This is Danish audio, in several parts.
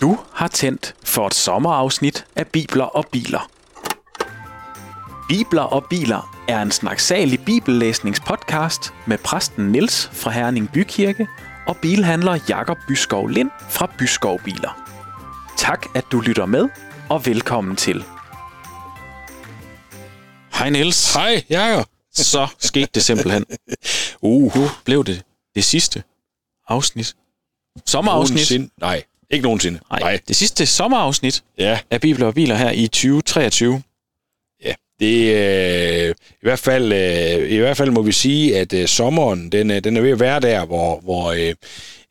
Du har tændt for et sommerafsnit af Bibler og Biler. Bibler og Biler er en snaksalig bibellæsningspodcast med præsten Niels fra Herning Bykirke og bilhandler Jakob Byskov Lind fra Byskov Biler. Tak, at du lytter med, og velkommen til. Hej Niels. Hej, Jakob. Så skete det simpelthen. Uh, Nu blev det det sidste afsnit. Sommerafsnit. nogensinde. Nej, ikke nogensinde. Nej, Nej. det sidste sommerafsnit Ja, af Bibler og Biler her i 2023. ja. Det, øh, i, hvert fald, øh, I hvert fald må vi sige, at øh, sommeren, den, øh, den er ved at være der, hvor, hvor øh,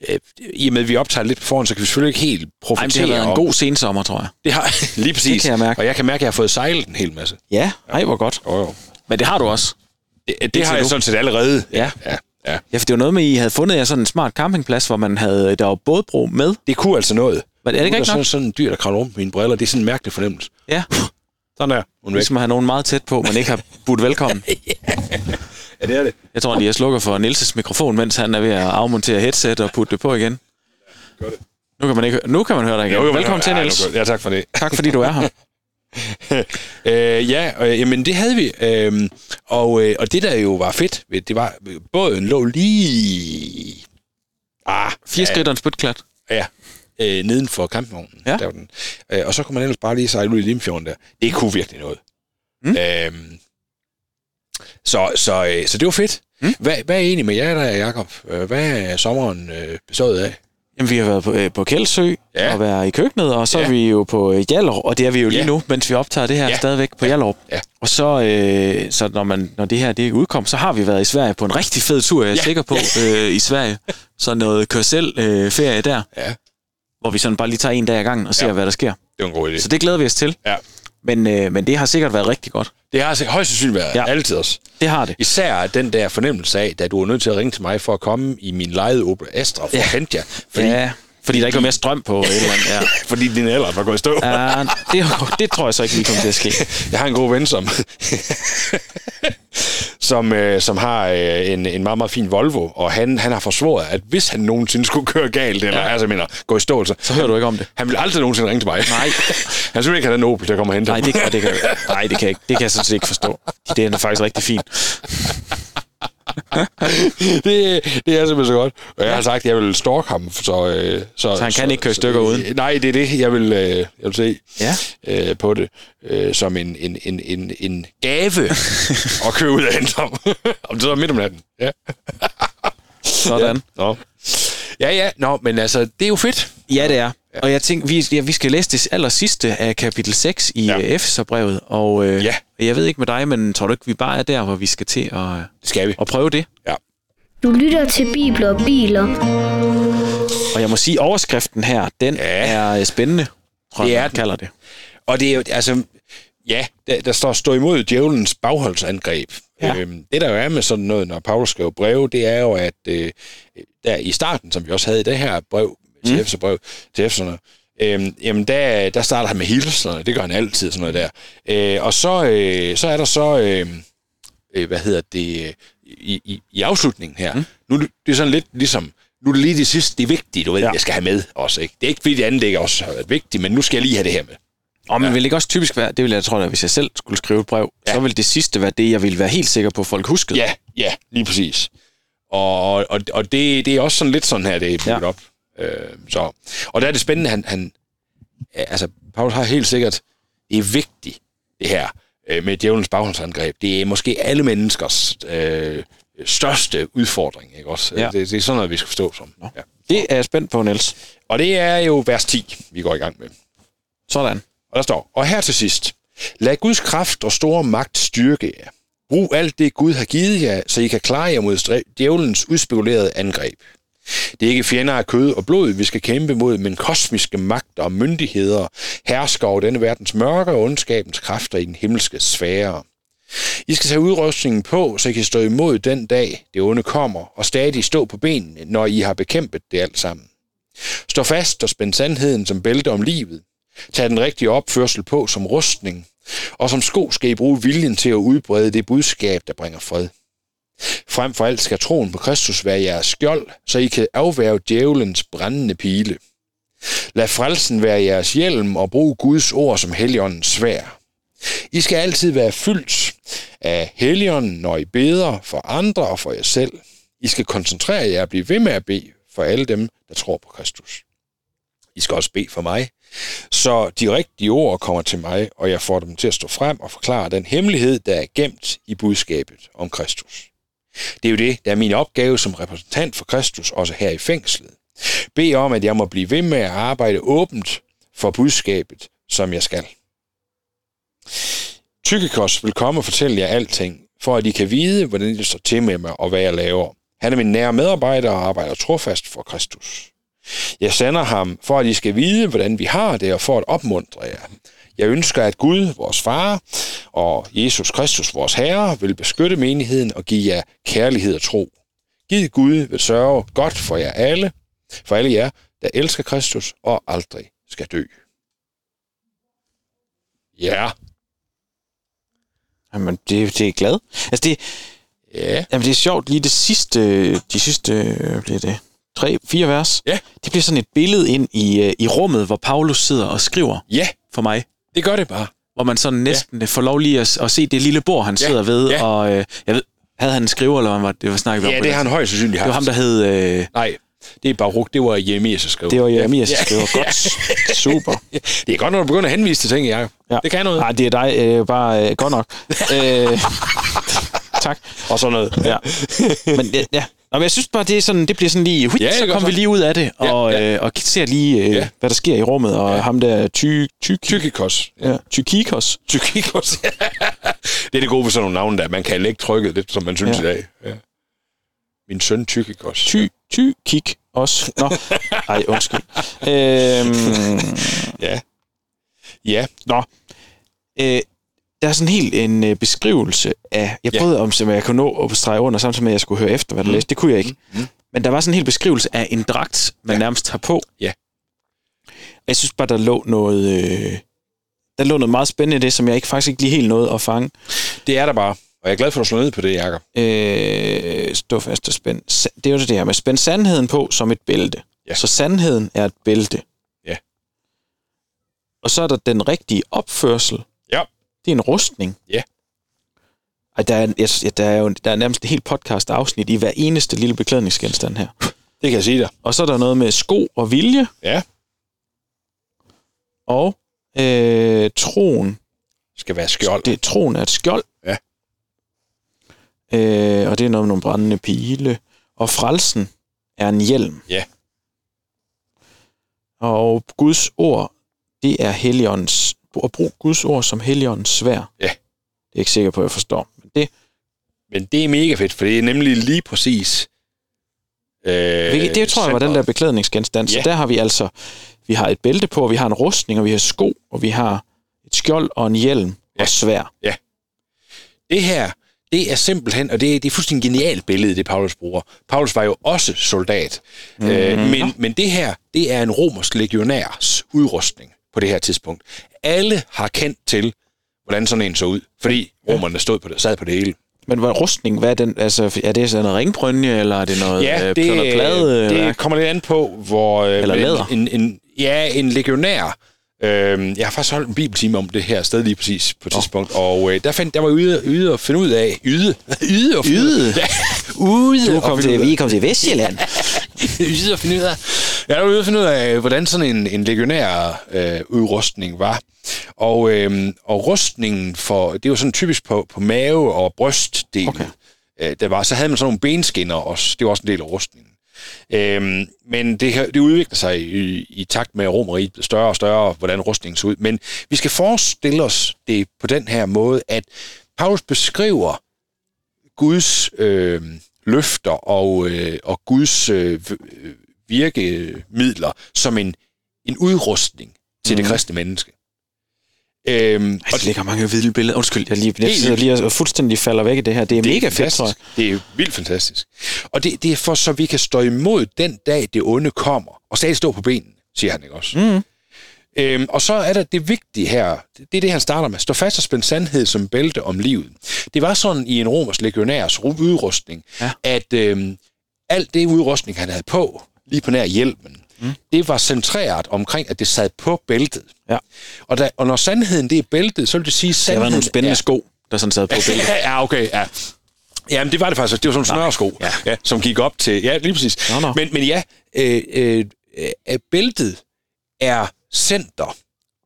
øh, i og med, at vi optager lidt på forhånd, så kan vi selvfølgelig ikke helt Ej, men profitere. det har været en om- god sensommer, tror jeg. Det har, lige præcis. kan jeg mærke. Og jeg kan mærke, at jeg har fået sejlet en hel masse. Ja, ej, hvor godt. Jo, jo. Men det har du også. Det, det, det har til jeg nu. sådan set allerede. Ja. ja. ja. Ja, for det var noget med, at I havde fundet jer sådan en smart campingplads, hvor man havde, øh, der var bådbro med. Det kunne altså noget. Men er det ikke Nu rigtigt der sådan, nok? sådan en dyr, der kravler rundt på mine briller. Det er sådan en mærkelig fornemmelse. Ja, Sådan der. Hun er væk. ligesom at have nogen meget tæt på, man ikke har budt velkommen. Ja, det er det. Jeg tror lige, jeg slukker for Nilses mikrofon, mens han er ved at afmontere headset og putte det på igen. Nu kan man, ikke, nu kan man høre dig igen. Jo, jo, men- Velkommen til, Ej, Niels. nu gør- Ja, tak for det. Tak, fordi du er her. Øh, ja, øh, jamen det havde vi. Øh, og, øh, og det der jo var fedt, ved- det var, øh, båden lå lige... Ah, Fire skridt og en spytklat. ja, øh, neden for kampvognen. Ja. Der var den. Øh, og så kunne man ellers bare lige sejle ud i Limfjorden der. Det kunne virkelig noget. Mm. Øh, så, så, øh, så det var fedt. Mm. Hvad, hvad er egentlig med jer der, Jacob? Øh, Hvad er sommeren øh, besøget af? Jamen, vi har været på, øh, på Kældsø ja. Ja. og været i køkkenet, og så ja. Ja. er vi jo på øh, Hjallerup, og det er vi jo lige ja. Ja. nu, mens vi optager det her ja. Ja. stadigvæk på Hjallerup. Ja. Og så, øh, så når, man, når det her det udkom, så har vi været i Sverige på en rigtig fed tur, jeg er ja. Ja. sikker på, øh, i Sverige. Så noget kørselferie øh, ferie der, Ja, hvor vi sådan bare lige tager en dag ad gangen og ser, ja. Ja. hvad der sker. det var en god idé. Så det glæder vi os til. Ja. Men, øh, men det har sikkert været rigtig godt. Det har altså højst sandsynligt været Ja. ja. altid også. Det har det. Især den der fornemmelse af, da du var nødt til at ringe til mig for at komme i min lejede Opel Astra for ja. at hente jer, fordi, ja. ja, fordi der ikke var mere strøm på. et Eller andet. Ja. fordi din alder var gået i stå. Ja. Ja, det, det tror jeg så ikke lige kommer til at ske. Jeg har en god ven, som, som, øh, som har øh, en, en meget, meget fin Volvo, og han, han har forsvoret, at hvis han nogensinde skulle køre galt, eller ja. altså, jeg mener, gå i stå, så, Så hører du ikke om det. han vil aldrig nogensinde ringe til mig. Nej. han synes ikke, at han er en Opel, der kommer og henter Nej, ham. det kan, det kan, nej, det kan jeg ikke. Det kan jeg sådan set ikke forstå. Det er faktisk rigtig fint. det, det er simpelthen så godt. Og jeg har sagt, at jeg vil stalk ham, så... Øh, så, Øh, Så han kan ikke køre i stykker uden? Nej, det er det, jeg vil, øh, jeg vil se Ja. øh, på det. Øh, som en, en, en, en, en gave at købe ud af hende om. om det så er midt om natten. Ja. Sådan. Nå. Ja, ja. Nå, men altså, det er jo fedt. Ja, det er. Og jeg tænkte, vi, ja, vi skal læse det aller sidste af kapitel 6 i Ja. ja. Efeserbrevet. Og øh, Ja. jeg ved ikke med dig, men tror du ikke, vi bare er der, hvor vi skal til at, Det skal vi. at prøve det? Du lytter til Bibler og Biler. Og jeg må sige, overskriften her, den ja. Ja. er øh, spændende, tror Det jeg, er man den. kalder det. Og det er jo, altså, ja, der, der står stå imod djævelens bagholdsangreb. Ja. Ja. Øhm, det der jo er med sådan noget, når Paulus skriver breve, det er jo, at øh, der i starten, som vi også havde i det her brev, til mm. brev til Efeserne, øhm, jamen der, der starter han med hilserne, det gør han altid, sådan noget der. Øh, og så, øh, så er der så, øh, øh, hvad hedder det, øh, i, i, i afslutningen her, mm. nu er det det er sådan lidt ligesom, nu er det lige det sidste, det er vigtigt, du ved, Ja. ja. jeg skal have med også, ikke? Det er ikke fordi det andet ikke også har været vigtigt, men nu skal jeg lige have det her med. Og man ja. vil ikke også typisk være, det ville jeg tro, at hvis jeg selv skulle skrive et brev, ja. så ville det sidste være det, jeg ville være helt sikker på, at folk huskede. Ja, ja, lige præcis. Og, og, og det, det er også sådan lidt sådan her, det er bygget Ja. ja. op. Øh, så. Og der er det spændende, han, han ja, altså, Paulus har helt sikkert, det er vigtigt, det her øh, med djævelens baghåndsangreb. Det er måske alle menneskers øh, største udfordring, ikke også? Ja. Ja. Det, det er sådan noget, vi skal forstå som. Ja. Det er jeg spændt på, Niels. Og det er jo vers 10, vi går i gang med. Sådan. Og der står, og her til sidst, lad Guds kraft og store magt styrke jer. Brug alt det, Gud har givet jer, så I kan klare jer mod stræ- djævelens udspekulerede angreb. Det er ikke fjender af kød og blod, vi skal kæmpe mod, men kosmiske magter og myndigheder hersker over denne verdens mørke og ondskabens kræfter i den himmelske sfære. I skal tage udrustningen på, så I kan stå imod den dag, det onde kommer, og stadig stå på benene, når I har bekæmpet det alt sammen. Stå fast og spænd sandheden som bælte om livet. Tag den rigtige opførsel på som rustning, og som sko skal I bruge viljen til at udbrede det budskab, der bringer fred. Frem for alt skal troen på Kristus være jeres skjold, så I kan afværge djævelens brændende pile. Lad frelsen være jeres hjelm og brug Guds ord som heligåndens svær. I skal altid være fyldt af heligånden, når I beder for andre og for jer selv. I skal koncentrere jer og blive ved med at bede for alle dem, der tror på Kristus. I skal også bede for mig, så de rigtige ord kommer til mig, og jeg får dem til at stå frem og forklare den hemmelighed, der er gemt i budskabet om Kristus. Det er jo det, der er min opgave som repræsentant for Kristus, også her i fængslet. Be om, at jeg må blive ved med at arbejde åbent for budskabet, som jeg skal. Tykkekos vil komme og fortælle jer alting, for at I kan vide, hvordan det står til med mig og hvad jeg laver. Han er min nære medarbejder og arbejder trofast for Kristus. Jeg sender ham, for at I skal vide, hvordan vi har det, og for at opmuntre jer. Jeg ønsker, at Gud, vores far, og Jesus Kristus, vores Herre, vil beskytte menigheden og give jer kærlighed og tro. Gid Gud vil sørge godt for jer alle, for alle jer, der elsker Kristus og aldrig skal dø. Ja, Jamen, det, det er glad. Altså, det, ja, jamen, det er sjovt. Lige det sidste, de sidste, øh, bliver det tre, fire vers. Ja. Det bliver sådan et billede ind i, øh, i rummet, hvor Paulus sidder og skriver ja, for mig. det gør det bare. Hvor man sådan næsten ja. får lov lige at, at se det lille bord, han Ja, sidder ved. ja. Og øh, jeg ved, havde han en skriver, eller hvad var det, det var snakket om? Ja, det har han højst sandsynligt haft. altså, Det var ham, der hed... Øh, Nej, det er Baruch, det var Jeremias, der skrev. det var Jeremias, der Ja. skriver. Godt. Super. Det er godt, når du begynder at henvise til ting, Jacob. Ja. Det kan noget. Nej, det er dig. Øh, bare øh, godt nok. øh, tak. Og sådan noget. Ja. Men ja, ja. Nå, men jeg synes bare, det, er sådan, det bliver sådan lige... Huit, Ja, ja, det er så godt kommer vi så. lige ud af det, Ja, og, ja. Øh, og ser lige, øh, Ja. ja. hvad der sker i rummet. Og ja. ham der ty, ty, ty, Tykikos. ja, Tykikos. Tykikos. det er det gode ved sådan nogle navne, der man kan lægge trykket lidt, som man synes ja. Ja. i dag. Ja. Min søn Tykikos. Ty, ty, kik, os. Nå, ej, undskyld. Øhm, Ja. Ja, øh, der er sådan helt en øh, beskrivelse af... Jeg Ja. prøvede om, om jeg kunne nå at strege under, samtidig med, at jeg skulle høre efter, hvad der Mm. mm. læste. Det kunne jeg ikke. Mm. Mm. Men der var sådan en helt beskrivelse af en dragt, man Ja. ja. nærmest har på. Ja. Og Jeg synes bare, der lå noget... Øh, der lå noget meget spændende i det, som jeg ikke faktisk ikke lige helt nåede at fange. det er der bare. Og jeg er glad for, at du slår ned på det, Jacob. Øh, stå fast og spænd. sa- Det er jo det her med, spænd sandheden på som et bælte. Ja. Ja. Så sandheden er et bælte. Ja. Og så er der den rigtige opførsel. Ja. Det er en rustning. Ja. Ej, der er, jeg, ja, der er jo der er nærmest et helt podcast-afsnit i hver eneste lille beklædningsgenstand her. Det kan jeg sige dig. Og så er der noget med sko og vilje. Ja. Og øh, troen. Skal være skjold. Det, troen er et skjold. Ja. Øh, og det er noget med nogle brændende pile. Og frelsen er en hjelm. Ja. Og Guds ord, det er heligåndens... At bruge Guds ord som heligåndens svær. Ja. Det er jeg ikke sikker på, at jeg forstår. Men det, Men det er mega fedt, for det er nemlig lige præcis... Øh, Hvilket, det tror jeg var den der centret. beklædningsgenstand. Så Ja. der har vi altså, vi har et bælte på, og vi har en rustning, og vi har sko, og vi har et skjold og en hjelm Ja. ja. og svær. Det her, det er simpelthen, og det er, det er fuldstændig genialt billede, det Paulus bruger. Paulus var jo også soldat. Mm. Øh, men, men det her, det er en romersk legionærs udrustning på det her tidspunkt. Alle har kendt til, hvordan sådan en så ud, fordi romerne stod på det, sad på det hele. Men hvad rustning, hvad er den? Altså, er det sådan en ringbrynje, eller er det noget Ja, øh, det, plade, plade, eller? det kommer lidt an på, hvor... øh, Eller en- læder. En, en, ja, en legionær. Øhm, jeg har faktisk holdt en bibeltime om det her sted lige præcis på et tidspunkt, og øh, der, fandt, der var yde, yde at finde ud af... Yde? Yde? Og Yde? Ja, ude Du at kom finde ud til, af- vi er kommet til Vestjylland. ude at finde ud af. Jeg var ude at finde ud af, hvordan sådan en, en legionær øh, udrustning var. Og, øh, og rustningen for, det var sådan typisk på, på mave og brystdelen. Okay. Øh, der var, så havde man sådan nogle benskinner også. Det var også en del af rustningen. Øhm, men det, her- det udvikler sig i, i takt med, at Romeriet blev større og større, hvordan rustningen så ud. Men vi skal forestille os det på den her måde, at Paulus beskriver Guds øh, løfter og, øh, og Guds øh, v- øh, virkemidler som en, en udrustning til mm. det kristne menneske. Øhm, Ej, Altså, det ligger mange vilde billeder. Undskyld, jeg, lige, jeg Helt sidder lige og fuldstændig falder væk i det her. Det er, det mega fedt, tror jeg. fantastisk. Det er vildt fantastisk. Og det, det er for, så vi kan stå imod den dag, det onde kommer, og stadig stå på benene, siger han ikke også. Mhm. Øhm, og så er der det vigtige her, det er det, han starter med. Stå fast og spænd sandhed som bælte om livet. Det var sådan i en romers legionærs ru- udrustning, ja. Ja. at øhm, alt det udrustning, han havde på, lige på nær hjelmen, mm. det var centreret omkring, at det sad på bæltet. Ja. Og, da, og når sandheden det er bæltet, så vil det sige, at Det sandheden var nogle spændende er- sko, der sådan sad på billedet. Ja, ja, okay, ja. Jamen, det var det faktisk. Det var sådan nogle snørsko, ja. Ja, som gik op til... Ja, lige præcis. Nå, nå. Men, men ja, øh, øh, øh, bæltet er center.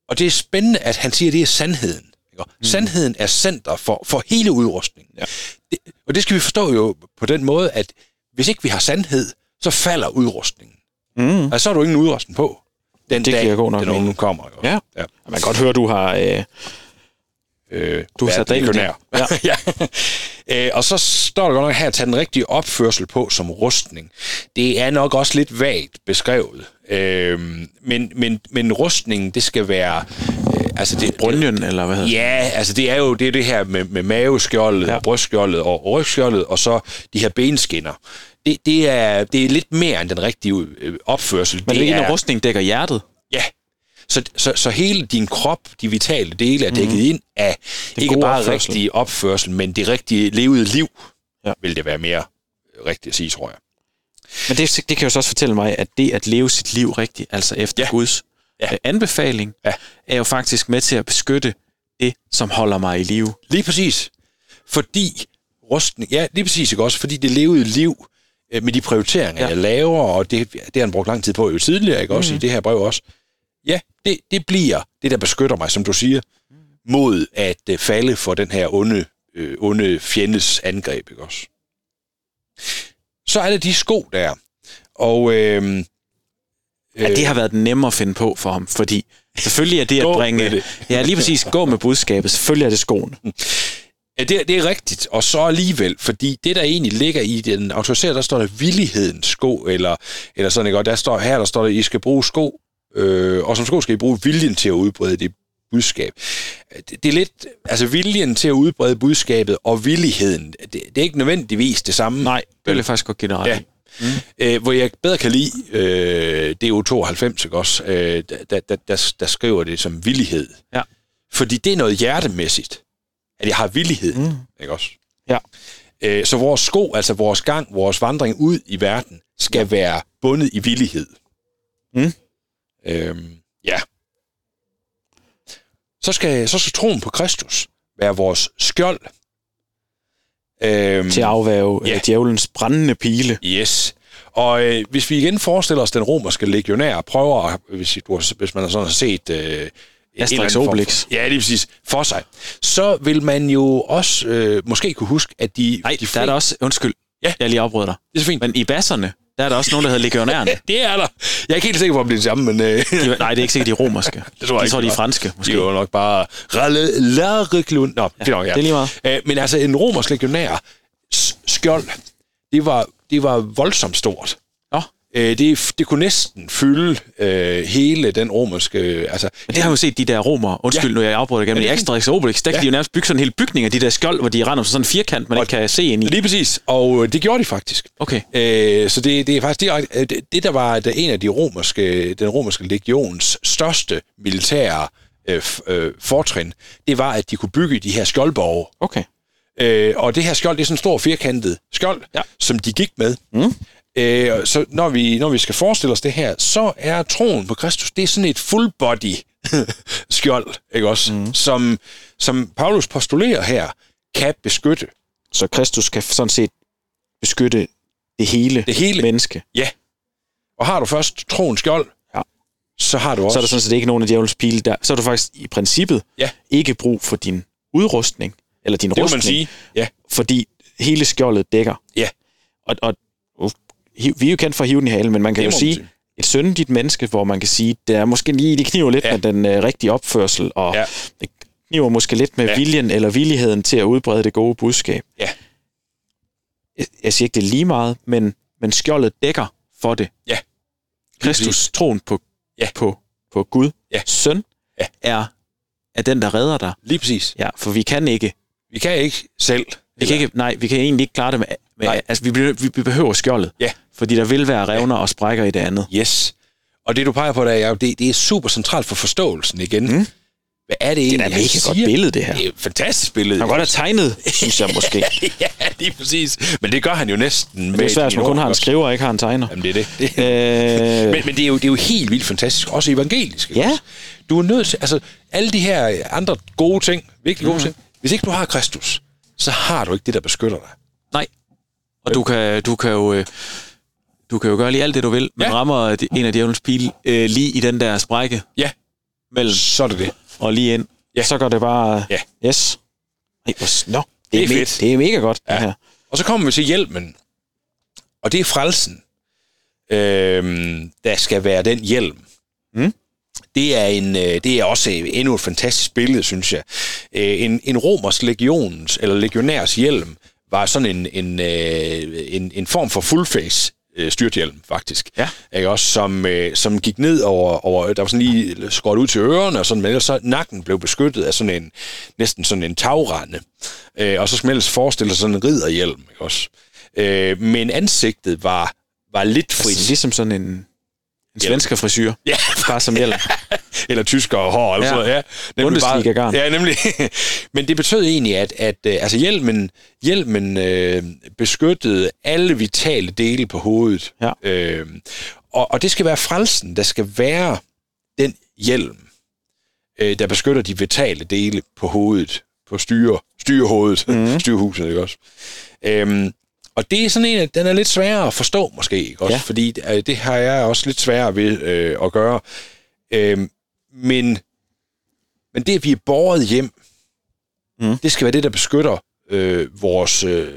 Og det er spændende, at han siger, at det er sandheden. Ikke? Mm. Sandheden er center for, for hele udrustningen. Ja. Det, og det skal vi forstå jo på den måde, at hvis ikke vi har sandhed, så falder udrustningen. Mm. Altså, så er du ingen udrustning på. Den Det dag, giver god nok den mening. unge kommer. Jo. Ja. ja. Man kan godt høre, du har... Øh, Øh, Du har været sat dig ind i det. legionær. Ja. ja. Øh, og så står der godt nok her, at tage den rigtige opførsel på som rustning. Det er nok også lidt vagt beskrevet. Øh, men, men, men rustningen, det skal være... Øh, altså det, Brynjen, eller hvad hedder det? Ja, altså det er jo det, er det her med, med maveskjoldet, ja. brystskjoldet og rygskjoldet, og så de her benskinner. Det, det, er, det er lidt mere end den rigtige øh, opførsel. men det er ikke, er- når rustning dækker hjertet. Ja. Så, så, så hele din krop, de vitale dele, er dækket mm. ind af det ikke gode bare opførsel. rigtig opførsel, men det rigtige levede liv, Ja. ja. vil det være mere øh, rigtigt at sige, tror jeg. Men det, det kan jo så også fortælle mig, at det at leve sit liv rigtigt, altså efter ja. Ja. Guds ja. Ja. anbefaling, ja. Ja. er jo faktisk med til at beskytte det, som holder mig i live. Lige præcis. Fordi rusten, ja, lige præcis ikke også, fordi det levede liv øh, med de prioriteringer, Ja. ja. jeg laver, og det, det har han brugt lang tid på jo tidligere, ikke også, mm. i det her brev også. Ja, det, det bliver det, der beskytter mig, som du siger, mod at øh, falde for den her onde, øh, onde fjendes angreb, ikke også. Så er det de sko der, og øh, At det har været nemmere at finde på for ham, fordi selvfølgelig er det at Gå bringe... med det. Ja, lige præcis. Gå med budskabet. Mm. Selvfølgelig er det skoen. Ja, det, det er rigtigt, og så alligevel, fordi det, der egentlig ligger i den autoriserede, der står der villighedens sko, eller, eller sådan, ikke? Og der står her, der står der, I skal bruge sko, øh, og som sko skal I bruge viljen til at udbrede det budskab. Det, det er lidt, altså viljen til at udbrede budskabet og villigheden, det, det er ikke nødvendigvis det samme. Nej, det vil jeg faktisk godt give dig ret Ja. i. Øh, hvor jeg bedre kan lide, øh, det er jo 92, ikke også? Øh, der, der, der, der, der skriver det som villighed. Ja. Fordi det er noget hjertemæssigt, at jeg har villighed, mm. ikke også? Ja. Øh, så vores sko, altså vores gang, vores vandring ud i verden, skal være bundet i villighed. Mm. Øhm, ja. Så skal, så skal troen på Kristus være vores skjold. Øhm, Til at afværge Mm. Ja. ja. djævelens brændende pile. Yes. Og øh, hvis vi igen forestiller os, den romerske legionær prøver, at- hvis, du har, hvis man har sådan set... Øh, en eller anden form for- Obelix. Ja, lige præcis. For sig. Så vil man jo også øh, måske kunne huske, at de... Nej, de der er der også... Undskyld, ja. Ja. jeg lige afbrød dig. Det er så fint. Men i basserne, der er der også nogen, der hedder legionærerne. Det er der. Jeg er ikke helt sikker på, om det er det samme, men... Øh, De, nej, det er ikke sikkert, de er romerske. Det tror jeg jeg ikke, tror, de er nej. franske, måske. De er jo nok bare... Ralle, lærreklund. Nå, ja, det, er nok, ja. det er lige meget. Øh, men altså, en romersk legionær s- skjold, det var, det var voldsomt stort. Nå, Øh, det, det kunne næsten fylde øh, hele den romerske... Altså, men det har vi jo set de der romer. Undskyld, ja. Ja. nu jeg afbryder igen, men i det er Asterix og Obelix, der ja. kan de jo nærmest bygge sådan en hel bygning af de der skjold, hvor de render om sådan en firkant, man Og- ikke kan se ind i. Lige præcis, og øh, det gjorde de faktisk. Okay. Øh, så det, det er faktisk direkte, øh, det, det, der var der en af de romerske, den romerske legions største militære øh, f- øh, fortrin, det var, at de kunne bygge de her skjoldborge. Okay. Øh, og det her skjold, det er sådan en stor firkantet skjold, Ja. ja. som de gik med. Mm. Øh, så når vi, når vi skal forestille os det her, så er troen på Kristus, det er sådan et full body skjold, ikke også? Mm. Som, som Paulus postulerer her, kan beskytte. Så Kristus kan sådan set beskytte det hele, Det hele. menneske. Ja. Og har du først troens skjold, Ja. så har du Så også... er der sådan set ikke nogen af djævelens pile der. Så er du faktisk i princippet Ja. ikke brug for din udrustning, eller din det må man rustning, sige. Ja, fordi hele skjoldet dækker. Ja. Og, og uh, hiv- vi er jo kendt for at hive den i halen, men man kan Det jo må man sige, sige. et syndigt menneske, hvor man kan sige, det er måske lige, det kniver lidt ja. Ja. med den øh, rigtige opførsel, og ja. Ja. det kniver måske lidt med ja. Ja. viljen eller villigheden til at udbrede det gode budskab. Ja. Jeg, jeg siger ikke, det er lige meget, men, men skjoldet dækker for det. Ja. Kristus, troen på, Ja. på, på Gud, Ja. søn, Ja. Er, er den, der redder dig. lige præcis. Ja, for vi kan ikke Vi kan ikke selv. vi kan ikke, nej, vi kan egentlig ikke klare det med... med Nej. altså, vi, be- vi behøver skjoldet. Ja. Fordi der vil være revner og sprækker i det andet. Yes. Og det, du peger på der, Jacob, det, det er super centralt for forståelsen igen. Mm. Hvad er det Det er egentlig, da et han mega godt siger? billede, det her. Det er et fantastisk billede. Han kan godt have tegnet, synes jeg måske. ja, lige præcis. Men det gør han jo næsten. Det er svært, hvis man kun har en skriver og ikke har en tegner. Jamen, det er det. det. Øh, Men, men det, er jo, det er jo helt vildt fantastisk, også evangelisk. ikke Ja. også? Du er nødt til, altså alle de her øh, andre gode ting, virkelig gode mm-hmm. ting, hvis ikke du har Kristus, så har du ikke det, der beskytter dig. nej, Og du kan, du kan jo... øh, Du kan jo gøre lige alt det, du vil, men Ja. ja. rammer de- en af djævelens pile øh, lige i den der sprække Ja, mellem så er det det. og lige ind. Ja. så går det bare... Ja. Yes. Ej, hvor, no, det, Det er er me- fedt. det er mega godt, Ja. det her. Og så kommer vi til hjelmen. Og det er frelsen, øhm, der skal være den hjelm. Mm. Det er, en, øh, det er også endnu et fantastisk billede, synes jeg. Øh, en, en romers legions, eller legionærs hjelm, var sådan en, en, øh, en, en form for fullface øh, styrthjelm, faktisk. Ja. Ikke? Også som, øh, som gik ned over, over, der var sådan lige skåret ud til ørerne og sådan, men ellers så nakken blev beskyttet af sådan en, næsten sådan en tagrende. Øh, og så som ellers forestille sig sådan en ridderhjelm, ikke også? Øh, men ansigtet var, var lidt frit. Altså, ligesom sådan en, en svensker frisyr. Ja. Bare som hjelm. eller tysker og hår, eller Ja. ja. sådan noget. Ja, nemlig Bundesliga-garn. Ja, nemlig. Men det betød egentlig, at, at øh, altså hjelmen, hjelmen øh, beskyttede alle vitale dele på hovedet. Ja. Øh, og, og det skal være frelsen, der skal være den hjelm, øh, der beskytter de vitale dele på hovedet, på styre, styrehovedet, Mhm. mm. styrehuset, ikke også? Øhm, og det er sådan en, at den er lidt sværere at forstå måske, ikke også? Ja. Ja. Fordi øh, det har jeg også lidt sværere ved øh, at gøre. Øhm, men, men det, at vi er borget hjem, Mm. mm. det skal være det, der beskytter øh, vores, øh,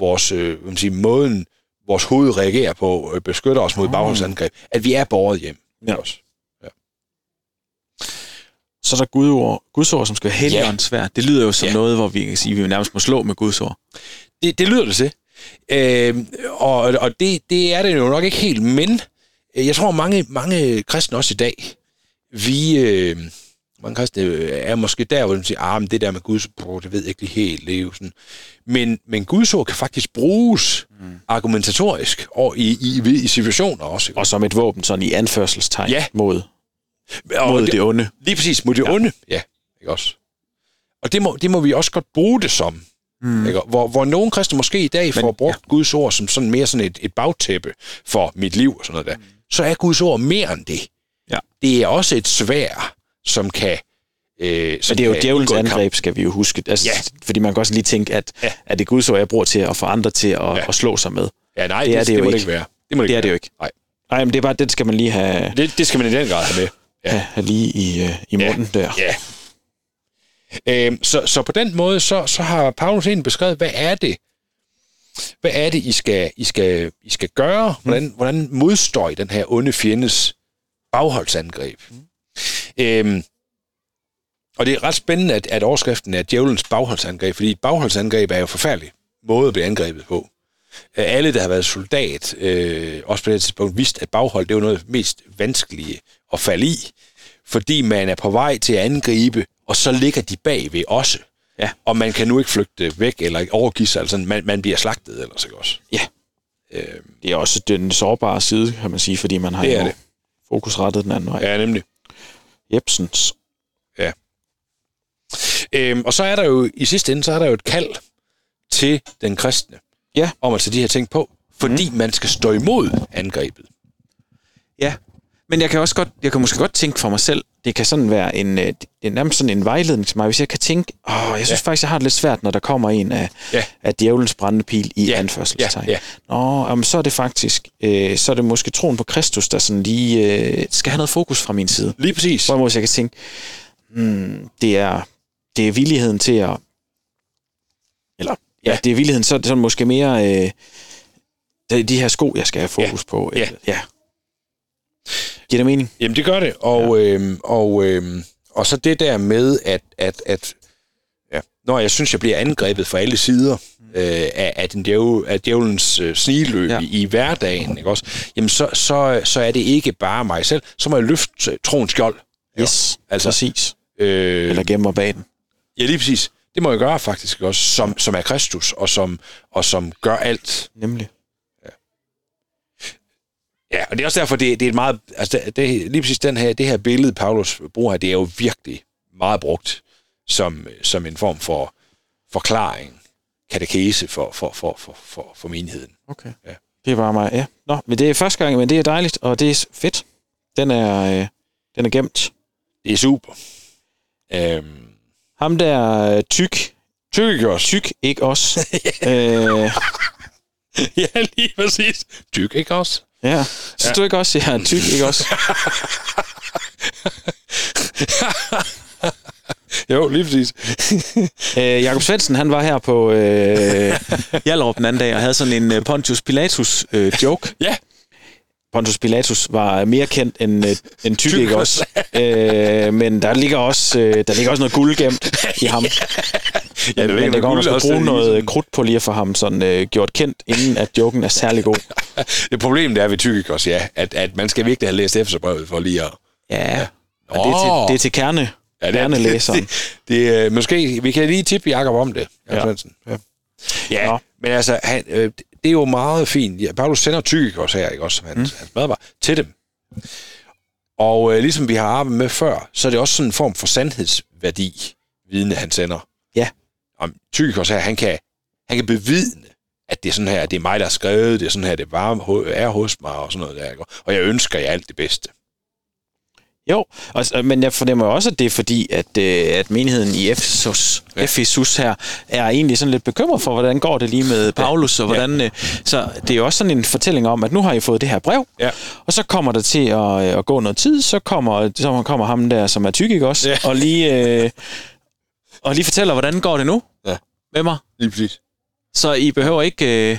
vores øh, hvad man siger, måden, vores hoved reagerer på, øh, beskytter os mod bagholdsangreb. At vi er borget hjem. Ah. Ja. Også. Så er der gudord, gudsord, som skal være hellige. Ja. Ja. Helligåndens sværd. Det lyder jo som Ja. ja. noget, hvor vi kan sige, at vi nærmest må slå med Guds ord. Det, det lyder det til. Øh, og og det, det er det jo nok ikke helt, men øh, jeg tror, mange, mange kristne også i dag, vi... Øh, mange kristne øh, er måske der, hvor de siger, ah, men det der med Guds ord, det ved jeg ikke lige helt. Det er jo sådan. Men, men Guds ord kan faktisk bruges mm. argumentatorisk og i, i, i, i situationer også. ikke? Og som et våben, sådan i anførselstegn Ja. mod, og mod det, det onde. Lige præcis, mod det ja. onde. Ja, ikke også? Og det må, det må vi også godt bruge det som. Mm. Ikke? Hvor, hvor nogen kristne måske i dag får brugt ja. Guds ord som sådan mere sådan et, et bagtæppe for mit liv og sådan noget der, mm. så er Guds ord mere end det. Ja. Det er også et svær, som kan... Øh, som Men det er jo kan djævelens indgå i kamp. angreb, skal vi jo huske. Altså, Ja. Fordi man kan også lige tænke, at, Ja. ja. at det gudsord, jeg bruger til at få andre til at, ja. at slå sig med. Ja, nej, det, det, er det, det jo må det ikke. ikke være. Det, må det, Det ikke er det jo være. ikke. Nej, men det er bare, den skal man lige have, ja. Nej, det, det skal man i den grad have med. have, have lige i, øh, i munden der. Ja. Øhm, så, så på den måde, så, så har Paulus egentlig beskrevet, hvad er det, hvad er det, I skal, I skal, I skal gøre? Hvordan, mm. hvordan modstår I den her onde fjendes bagholdsangreb? Mm. Øhm, og det er ret spændende, at, at overskriften er djævelens bagholdsangreb, fordi et bagholdsangreb er jo forfærdelig måde at blive angrebet på. Øh, Alle, der har været soldat, øh, også på det her tidspunkt, vidste, at baghold det var noget af det mest vanskelige at falde i fordi man er på vej til at angribe, og så ligger de bagved også. Ja. Og man kan nu ikke flygte væk eller overgive sig, eller sådan. Man, man bliver slagtet ellers ikke også. Ja. Øh, Det er også den sårbare side, kan man sige, fordi man har Det er jo det. fokusrettet den anden vej. Ja. ja, nemlig. Jebsens. Øhm, og så er der jo, i sidste ende, så er der jo et kald til den kristne, Ja. Mhm. om at tage de her ting på, fordi mm. man skal stå imod angrebet. Ja, men jeg kan også godt, jeg kan måske godt tænke for mig selv, Det kan sådan være en, øh, det er nærmest sådan en vejledning til mig, hvis jeg kan tænke, åh, jeg synes ja. faktisk, jeg har det lidt svært, når der kommer en af, Ja. af djævelens brændende pil i Ja. anførselstegn. Ja. Ja. Nå, jamen, så er det faktisk, øh, så er det måske troen på Kristus, der sådan lige øh, skal have noget fokus fra min side. Lige præcis. Hvorimod jeg kan tænke, mm, det, er, det er villigheden til at... Eller, ja, Ja. ja. det er villigheden, så er det sådan måske mere... Øh, det er de her sko, jeg skal have fokus ja. på. Ja. Eller, ja. Giver det mening? Jamen, det gør det. Og, ja. øhm, og, øhm, og så det der med, at, at, at ja, når jeg synes, jeg bliver angrebet fra alle sider øh, af, af, den djævel, af djævelens øh, snigeløb ja. Ja. i hverdagen, ikke også? Jamen, så, så, så er det ikke bare mig selv. Så må jeg løfte øh, troens skjold. Ja. Yes, altså, Altså, præcis. Øh, Eller gemmer bag den. ja, lige præcis. Det må jeg gøre faktisk ikke også, som, som er Kristus, og som, og som gør alt Nemlig. Ja, og det er også derfor, det, det er et meget... Altså, det, det, lige præcis den her, det her billede, Paulus bruger her, det er jo virkelig meget brugt som, som en form for forklaring, katekese for, for, for, for, for, for menigheden. Okay. Ja. Ja. Det er bare mig, ja. Nå, men det er første gang, men det er dejligt, og det er s- fedt. Den er, øh, den er gemt. Det er super. Øhm, Ham der øh, tyk, Tykkegørs. tyk ikke os. øh, ja, lige præcis. Tyk, ikke også? ja. Synes ja. du ikke også, jeg er tyk ikke også? Jo, lige præcis. Øh, Jakob Svendsen, han var her på øh, Hjallerup den anden dag og havde sådan en øh, Pontius Pilatus øh, joke. Ja. Pontius Pilatus var mere kendt end, øh, end tyk, ikke også? Øh, men der ligger, også, øh, der ligger også noget guld gemt i ham. ja, ligger det men noget det går, guld man skal også bruge lige noget øh, sådan- krudt på lige at få ham sådan, øh, gjort kendt, inden at joken er særlig god. Det problem der er ved Tykkegørs, ja, at, at man skal virkelig have læst Efterbrevet for lige at... Ja, og det er til, det er til kerne, ja, det, det, kernelæseren. det, det, er måske, vi kan lige tippe Jakob om det, Jakob Ja. Svendsen. Ja. ja. Nå. men altså, han, øh, det er jo meget fint. Ja, Paulus sender Tykkegårds her, ikke også, hans, mm. hans medarbejder, til dem. Og øh, ligesom vi har arbejdet med før, så er det også sådan en form for sandhedsværdi, vidne han sender. Ja. Om Tykkegårds her, han kan, han kan bevidne, at det er sådan her, det er mig, der har skrevet, det er sådan her, det var, er hos mig, og sådan noget der. ikke? Og jeg ønsker jer alt det bedste. Jo, og, s- men jeg fornemmer jo også, at det er fordi, at, øh, at menigheden i Ephesus, Ja. ja. Ephesus her, er egentlig sådan lidt bekymret for, hvordan går det lige med Paulus, og hvordan... Øh, så det er jo også sådan en fortælling om, at nu har I fået det her brev, Ja. og så kommer der til at, øh, at gå noget tid, så kommer, så kommer ham der, som er tyk, ikke også? Ja. Og, lige, øh, og lige fortæller, hvordan går det nu Ja. med mig? Lige præcis. Så I behøver ikke... Øh,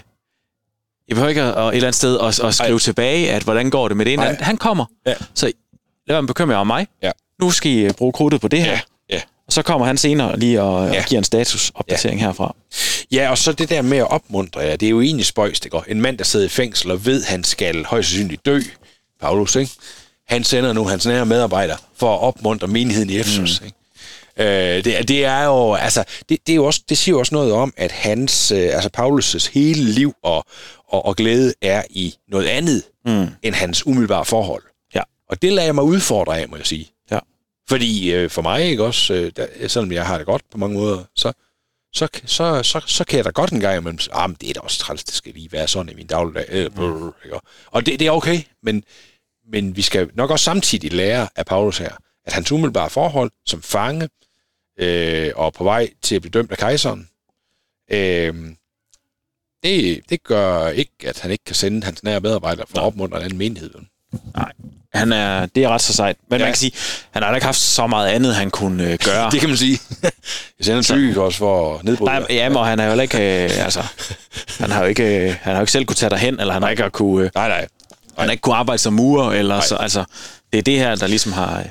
I behøver ikke at, at et eller andet sted at, at skrive Ej. tilbage, at hvordan går det med det ene. Nej. Han, han kommer. Ja. Så lad være med at bekymre jer om mig. Ja. Nu skal I øh, bruge krudtet på det her. Ja, ja. Og så kommer han senere lige og, Ja. og giver en statusopdatering herfra. Ja, og så det der med at opmuntre jer, det er jo egentlig spøjst, ikke? En mand, der sidder i fængsel og ved, han skal højst sandsynligt dø, Paulus, ikke? Han sender nu hans nære medarbejdere for at opmuntre menigheden i Efesus, mm. ikke? Øh, det, er- det er jo, altså, det, det, er jo også, det siger jo også noget om, at hans, øh, altså Paulus' hele liv og, og, og glæde er i noget andet mm. end hans umiddelbare forhold. Ja. Og det lader jeg mig udfordre af, må jeg sige. Ja. Fordi øh, for mig, ikke også, øh, der, selvom jeg har det godt på mange måder, så, så, så, så, så kan jeg da godt en gang imellem, sige, ah, men det er da også træls, det skal lige være sådan i min dagligdag. Mm. Øh, brr, ikke? Og det, det er okay, men, men vi skal nok også samtidig lære af Paulus her, at hans umiddelbare forhold som fange øh, og på vej til at blive dømt af kejseren, øh, det, det gør ikke, at han ikke kan sende hans nære medarbejdere for at opmuntre en anden menighed. vel? Han er, det er ret så sejt. Men Ja. ja. man kan sige, han har da ikke haft så meget andet, han kunne øh, gøre. Det kan man sige. Jeg sender en psykisk også for at nedbryde. Nej, jer. ja, men han har jo heller ikke, øh, altså, han har jo ikke, øh, han har jo ikke selv kunne tage derhen, eller han har ikke har kunne, øh, nej, nej. han har ikke kunne arbejde som murer, eller så, altså, det er det her, der ligesom har... Øh,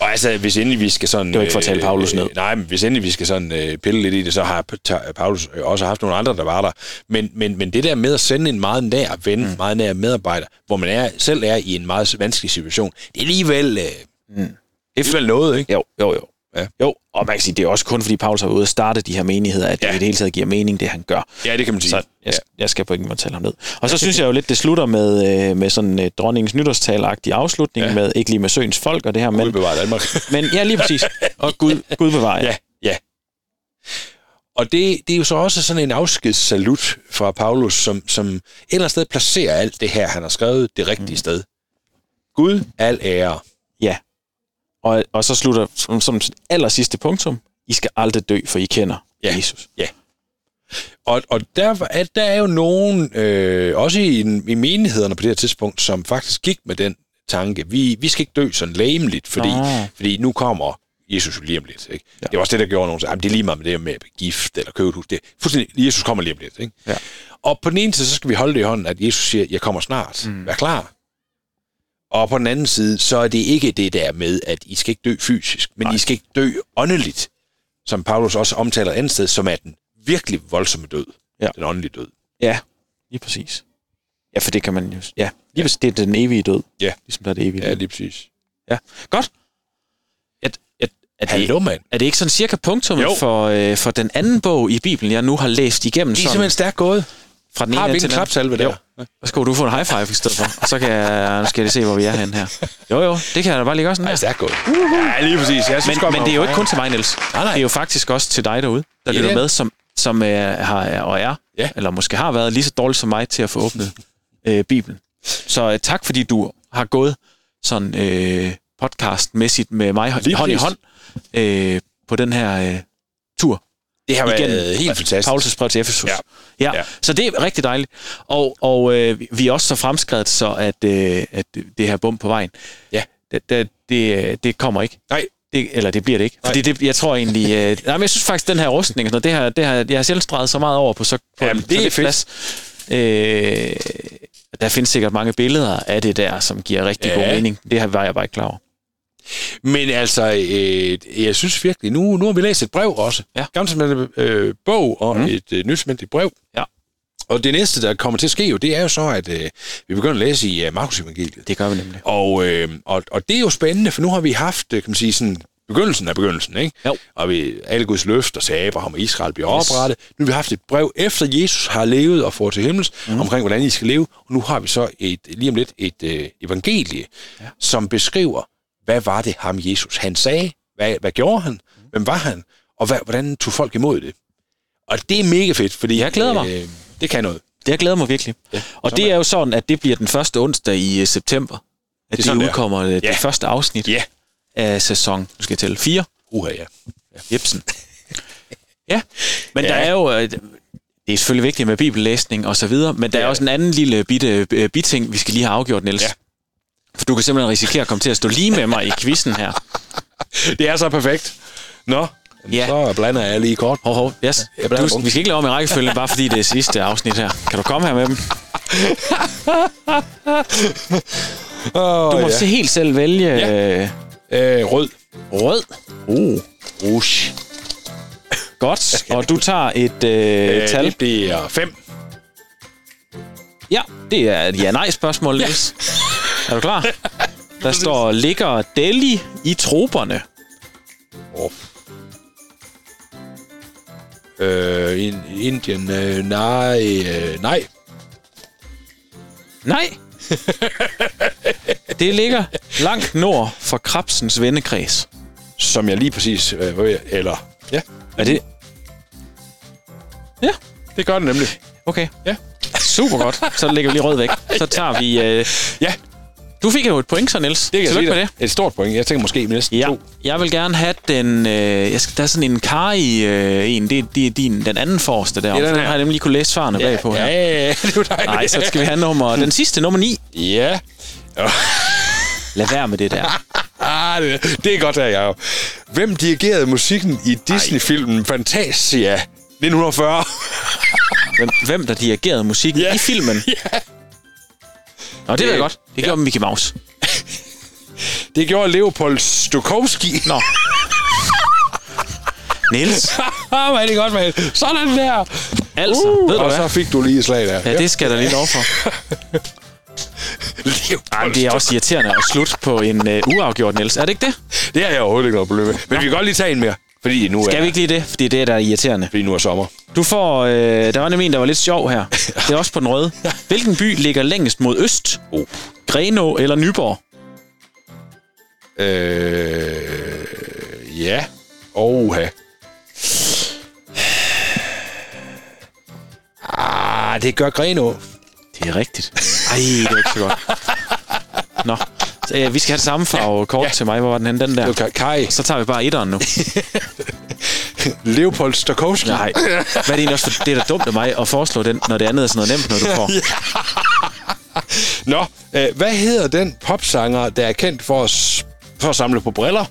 Og altså, hvis endelig vi skal sådan... Det var ikke for at tale Paulus ned. Øh, nej, men hvis endelig vi skal sådan øh, pille lidt i det, så har P- ta- Paulus øh, også haft nogle andre, der var der. Men, men, men det der med at sende en meget nær ven, mm. meget nær medarbejder, hvor man er, selv er i en meget vanskelig situation, det er alligevel... Øh, mm. Det er alligevel noget, ikke? Jo, jo, jo. Ja. Jo, og man kan sige, det er også kun fordi Paulus har været ude at starte de her menigheder, at Ja. det i det hele taget giver mening, det han gør. Ja, det kan man sige. Så jeg, ja. jeg skal på ingen måde tale ham ned. Og så synes jeg jo lidt, det slutter med, øh, med sådan øh, dronningens nytårstalagtig afslutning Ja. ja. med, ikke lige med søens folk og det her, Men... men, Udbevare Danmark. men ja, lige præcis. Og Gud, Gud bevarer jer. Ja, ja. Og det, det er jo så også sådan en afskedssalut fra Paulus, som, som et eller andet sted placerer alt det her, han har skrevet, det rigtige mm. sted. Gud, al ære. Og, og så slutter som, som aller sidste punktum, I skal aldrig dø, for I kender Ja. ja. Jesus. Og, og der, er, der er jo nogen, øh, også i, i menighederne på det her tidspunkt, som faktisk gik med den tanke, vi, vi skal ikke dø sådan læmeligt, fordi, Ah. fordi nu kommer Jesus jo lige om lidt. Ikke? Ja. Det var også det, der gjorde nogen, så, "Jamen, det er lige meget med det med at blive gift eller købe et hus. Det er fuldstændig, Jesus kommer lige om lidt. Ikke? Ja. Og på den ene side, så skal vi holde det i hånden, at Jesus siger, jeg kommer snart, mm. vær klar. Og på den anden side, så er det ikke det der med, at I skal ikke dø fysisk, men Nej. I skal ikke dø åndeligt som Paulus også omtaler et andet sted, som er den virkelig voldsomme død. Ja. Den åndelige død. Ja, lige præcis. Ja, for det kan man jo... Ja, lige præcis, det er den evige død. Ja. Ligesom der er det evige Ja, liv. lige præcis. Ja, godt. At, at, at det, Hallo, mand. er det ikke sådan cirka punktum Jo. for, øh, for den anden bog i Bibelen, jeg nu har læst igennem? Det er sådan? simpelthen stærkt gået. Fra den ene Har vi ende ikke til en den anden. klapsalve der? Jo. Så skal du få en high five i stedet for. Og så kan jeg, nu skal jeg lige se, hvor vi er henne her. Jo, jo, det kan jeg da bare ligge også sådan Ej, der. stærkt gået. Ja, lige præcis. Jeg Men, godt, men man det er jo var- ikke kun til mig, Niels. Nej, nej. Det er jo faktisk også til dig derude, der Ja. lytter med, som, som øh, har er og er, Ja. eller måske har været lige så dårlig som mig til at få åbnet øh, Bibelen. Så øh, tak, fordi du har gået sådan øh, podcastmæssigt med mig hå- Lige hånd i præcis. hånd øh, på den her øh, tur. Det har Igen, været øh, helt fantastisk. Paulus' brev til Efesus. Ja. Ja. Ja. ja, så det er rigtig dejligt. Og, og øh, vi- vi er også så fremskrevet, så at, øh, at det her bum på vejen, Ja. det, det, det, det kommer ikke. Nej, Det, eller det bliver det ikke. Fordi det, jeg tror egentlig... Øh, nej, men jeg synes faktisk, den her rustning og sådan noget, det her, det her, jeg har selv streget så meget over på så, på Jamen, en- det så er lidt fedt. plads. Øh, der findes sikkert mange billeder af det der, som giver rigtig ja. Ja. god mening. Det her var jeg bare ikke klar over. Men altså, øh, jeg synes virkelig, nu, nu har vi læst et brev også. Ja. Mhm. Gammelt som øh, bog og mm. et øh, nysmændigt brev. Ja. Og det næste, der kommer til at ske jo, det er jo så, at øh, vi begynder at læse i øh, Markus Evangeliet. Det gør vi nemlig. Og, øh, og, og det er jo spændende, for nu har vi haft, øh, kan man sige, sådan begyndelsen af begyndelsen, ikke? Jo. Og vi, alle Guds løfter til Abraham og Israel bliver yes. oprettet. Nu har vi haft et brev, efter Jesus har levet og får til himmels, Mhm. mm. omkring hvordan I skal leve. Og nu har vi så et, lige om lidt et øh, evangelie, ja. som beskriver, hvad var det ham Jesus han sagde? Hvad, hvad gjorde han? Mhm. Hvem var han? Og hvad, hvordan tog folk imod det? Og det er mega fedt, fordi... Jeg glæder mig. Øh, det kan noget. Det jeg glæder mig virkelig. Ja, og det er jo sådan, at det bliver den første onsdag i øh, september, at er det, sådan, det det er. udkommer øh, det, Ja. det første afsnit Ja. af sæson, nu skal jeg tælle, 4, Uha, ja. Jebsen. ja, men Ja. ja. der er jo... øh, Det er selvfølgelig vigtigt med bibellæsning og så videre, men der ja. Ja. er også en anden lille bitte øh, biting, vi skal lige have afgjort, Niels. Ja. Ja. For du kan simpelthen risikere at komme til at stå lige med mig i quizzen her. Det er så perfekt. Nå, Ja. så blander jeg lige kort. Hov, hov, yes. jeg blander du, bunken. vi skal ikke lave om i rækkefølgen, bare fordi det er sidste afsnit her. Kan du komme her med dem? Oh, Du må ja. helt selv vælge Ja. ja. Øh, rød. rød. Uh. Rouge. Godt, og du tager et øh, Øh, tal. Det bliver 5. Ja, det er et ja-nej-spørgsmål, Niels. Er du klar? Der står, ligger Delhi i troberne? Oh. Øh, in, Indien. Øh, nej. Øh, nej. Nej. det ligger langt nord for Krabsens vennekreds. Som jeg lige præcis... Øh, var ved- eller... Ja, Er det? Ja, det gør det nemlig. okay. Ja. Super godt. Så lægger vi lige rød væk. Så tager vi... Øh... Ja, Du fik jo et point, så Niels. det kan Tillykke jeg med sige det. dig. Et stort point. Jeg tænker måske næsten Ja, to. jeg vil gerne have den... Øh, jeg skal, der er sådan en kar i øh, en. Det, det er din, den anden forreste der. den Ja, den her. har jeg nemlig lige kunne læse svarene ja, bagpå her. Ja, Ja. ja, ja, det er jo dejligt. Nej, så skal vi have nummer... Den sidste, nummer 9. Ja. Lad være med det der. Ah, det, det er godt her, Jacob. Hvem dirigerede musikken i Disney-filmen Fantasia 1940? Hvem, hvem der dirigerede musikken Ja. i filmen. Nå, det ved jeg godt. Det gjorde Mickey Mouse. Det gjorde Leopold Stokowski. Nå. Niels, Ah, man, det er godt, man. Sådan der. altså, uh, ved du og hvad? så fik du lige et slag der. Ja, det skal jeg da lige lov for. Leopold Ej, men det er også irriterende at slutte på en uh, uafgjort, Niels. Er det ikke det? Stokowski. det har jeg overhovedet ikke noget problem med. Men vi kan godt lige tage en mere. Fordi nu er, Skal vi ikke lige det? Fordi det er der er irriterende. fordi nu er sommer. Du får... Øh, der var nemlig en, der var lidt sjov her. Det er også på den røde. Hvilken by ligger længst mod øst? Oh. Grenå eller Nyborg? Øh, ja. Oha. Ah, det gør Greno. Det er rigtigt. Ej, det er ikke så godt. Nå, så, øh, vi skal have det samme farve kort til mig. Hvor var den henne, den der? Okay, Kai. Så tager vi bare etteren nu. Leopold Stokowski. Nej. Hvad er det egentlig også for, det er da dumt af mig at foreslå den, når det andet er sådan noget nemt, når du får. Nå, øh, hvad hedder den popsanger, der er kendt for at, s- for at samle på briller?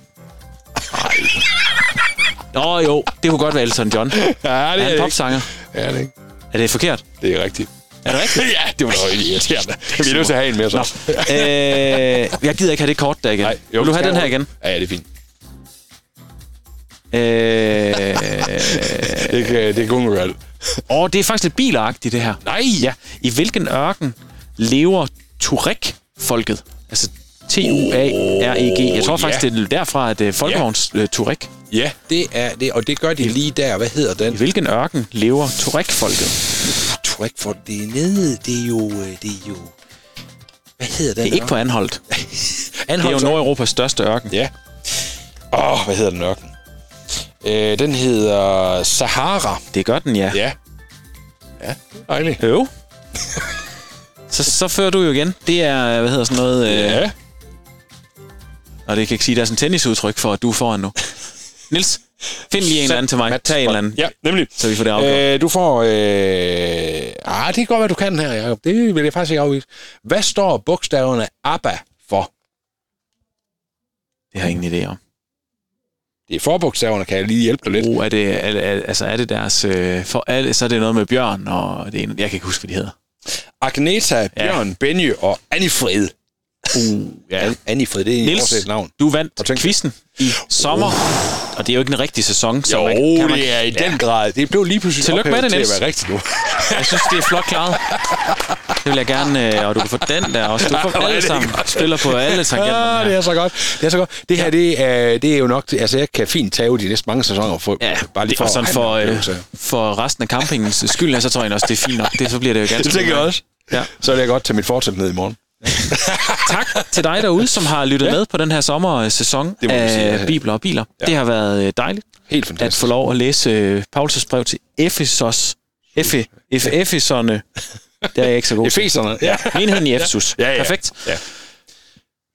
Nå jo, det kunne godt være Elton John. Ja, Er han popsanger? Ja, det er det ikke. Er det forkert? Det er rigtigt. Er det rigtigt? ja, det var da rigtig irriterende. Vi er nødt til at have en mere så. øh, jeg gider ikke have det kort der igen. Nej, jo, Vil du skal have den her jeg. igen? Ja, ja, det er fint. Øh, Det kan, det kan kun være alt. åh, det er faktisk lidt bilagtigt, det her. Nej, Ja. I hvilken ørken lever Turek-folket? Altså T-U-A-R-E-G. E Jeg tror Åh, faktisk, ja. det er derfra, at øh, folkevogns øh, Turek. Ja, det er det, og det gør de lige der. Hvad hedder den? I hvilken ørken lever Turek-folket? tror ikke, for det er nede. Det er jo... øh, Det er jo hvad hedder den? Det er ikke på Anholdt. Det er Anholdt. jo Nordeuropas største ørken. Ja. Åh, oh, hvad hedder den ørken? Øh, den hedder Sahara. Det gør den, ja. Ja. Ja, dejligt. Øv. så, så fører du jo igen. Det er, hvad hedder sådan noget... Øh, Ja. Og det kan jeg ikke sige, der er sådan en tennisudtryk for, at du er foran nu. Nils, find lige en eller anden til mig. Tag en eller anden, Ja, nemlig. så vi får det afgjort. Øh, du får... Øh... Ah, det kan godt være, du kan den her, Jacob. Det vil jeg faktisk ikke afvise. Hvad står bogstaverne ABBA for? Det har jeg ingen idé om. Det er forbogstaverne, kan jeg lige hjælpe dig lidt. Oh, er det, er, er, altså, er det deres... Øh, for, er det, så er det noget med bjørn, og det er, en- jeg kan ikke huske, hvad de hedder. Agneta, Bjørn, Benny og Annifred. Uh, ja. Annifred, det er en Nils, oversæt navn. du vandt Og tænk- quizzen i sommer, og det er jo ikke en rigtig sæson, så Jo, man, kan man, det er i den grad. Det blev lige pludselig Tillykke med ophævet det, til at Niels. være rigtigt nu. jeg synes, det er flot klaret. Det vil jeg gerne, øh, og du kan få den der også. Du Hvor får er alle det sammen, godt. spiller på alle Ah, tangenterne. det her. er så godt. Det er så godt. Det her, det er, det er jo nok... Altså, jeg kan fint tage de næste mange sæsoner. For, Ja, bare lige for, og sådan for, at- øh, for resten af campingens skyld, ja, så tror jeg også, det er fint nok. Det, så bliver det jo ganske Det tænker jeg udmærket. også. Ja. Så vil jeg godt tage mit fortsæt ned i morgen. tak til dig derude, som har lyttet ja. med på den her sommersæson Det må vi af sige, ja. Bibler og Biler. Ja. Det har været øh, dejligt Helt at fantastisk. få lov at læse øh, Paulus' brev til Efesos. Efe, Efe, Efeserne. Det er jeg ikke så god til. Efeserne. Ja. Menigheden i Efesus. Ja, ja. Perfekt. Ja.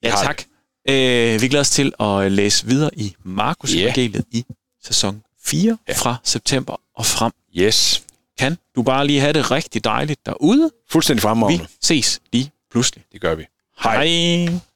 Ja, har tak. Øh, vi glæder os til at læse videre i Markus Ja. evangeliet i sæson 4 Ja. fra september og frem. Yes. Kan du bare lige have det rigtig dejligt derude? Fuldstændig Vi fremragende. ses lige pludselig. Det gør vi. Hej. Hej.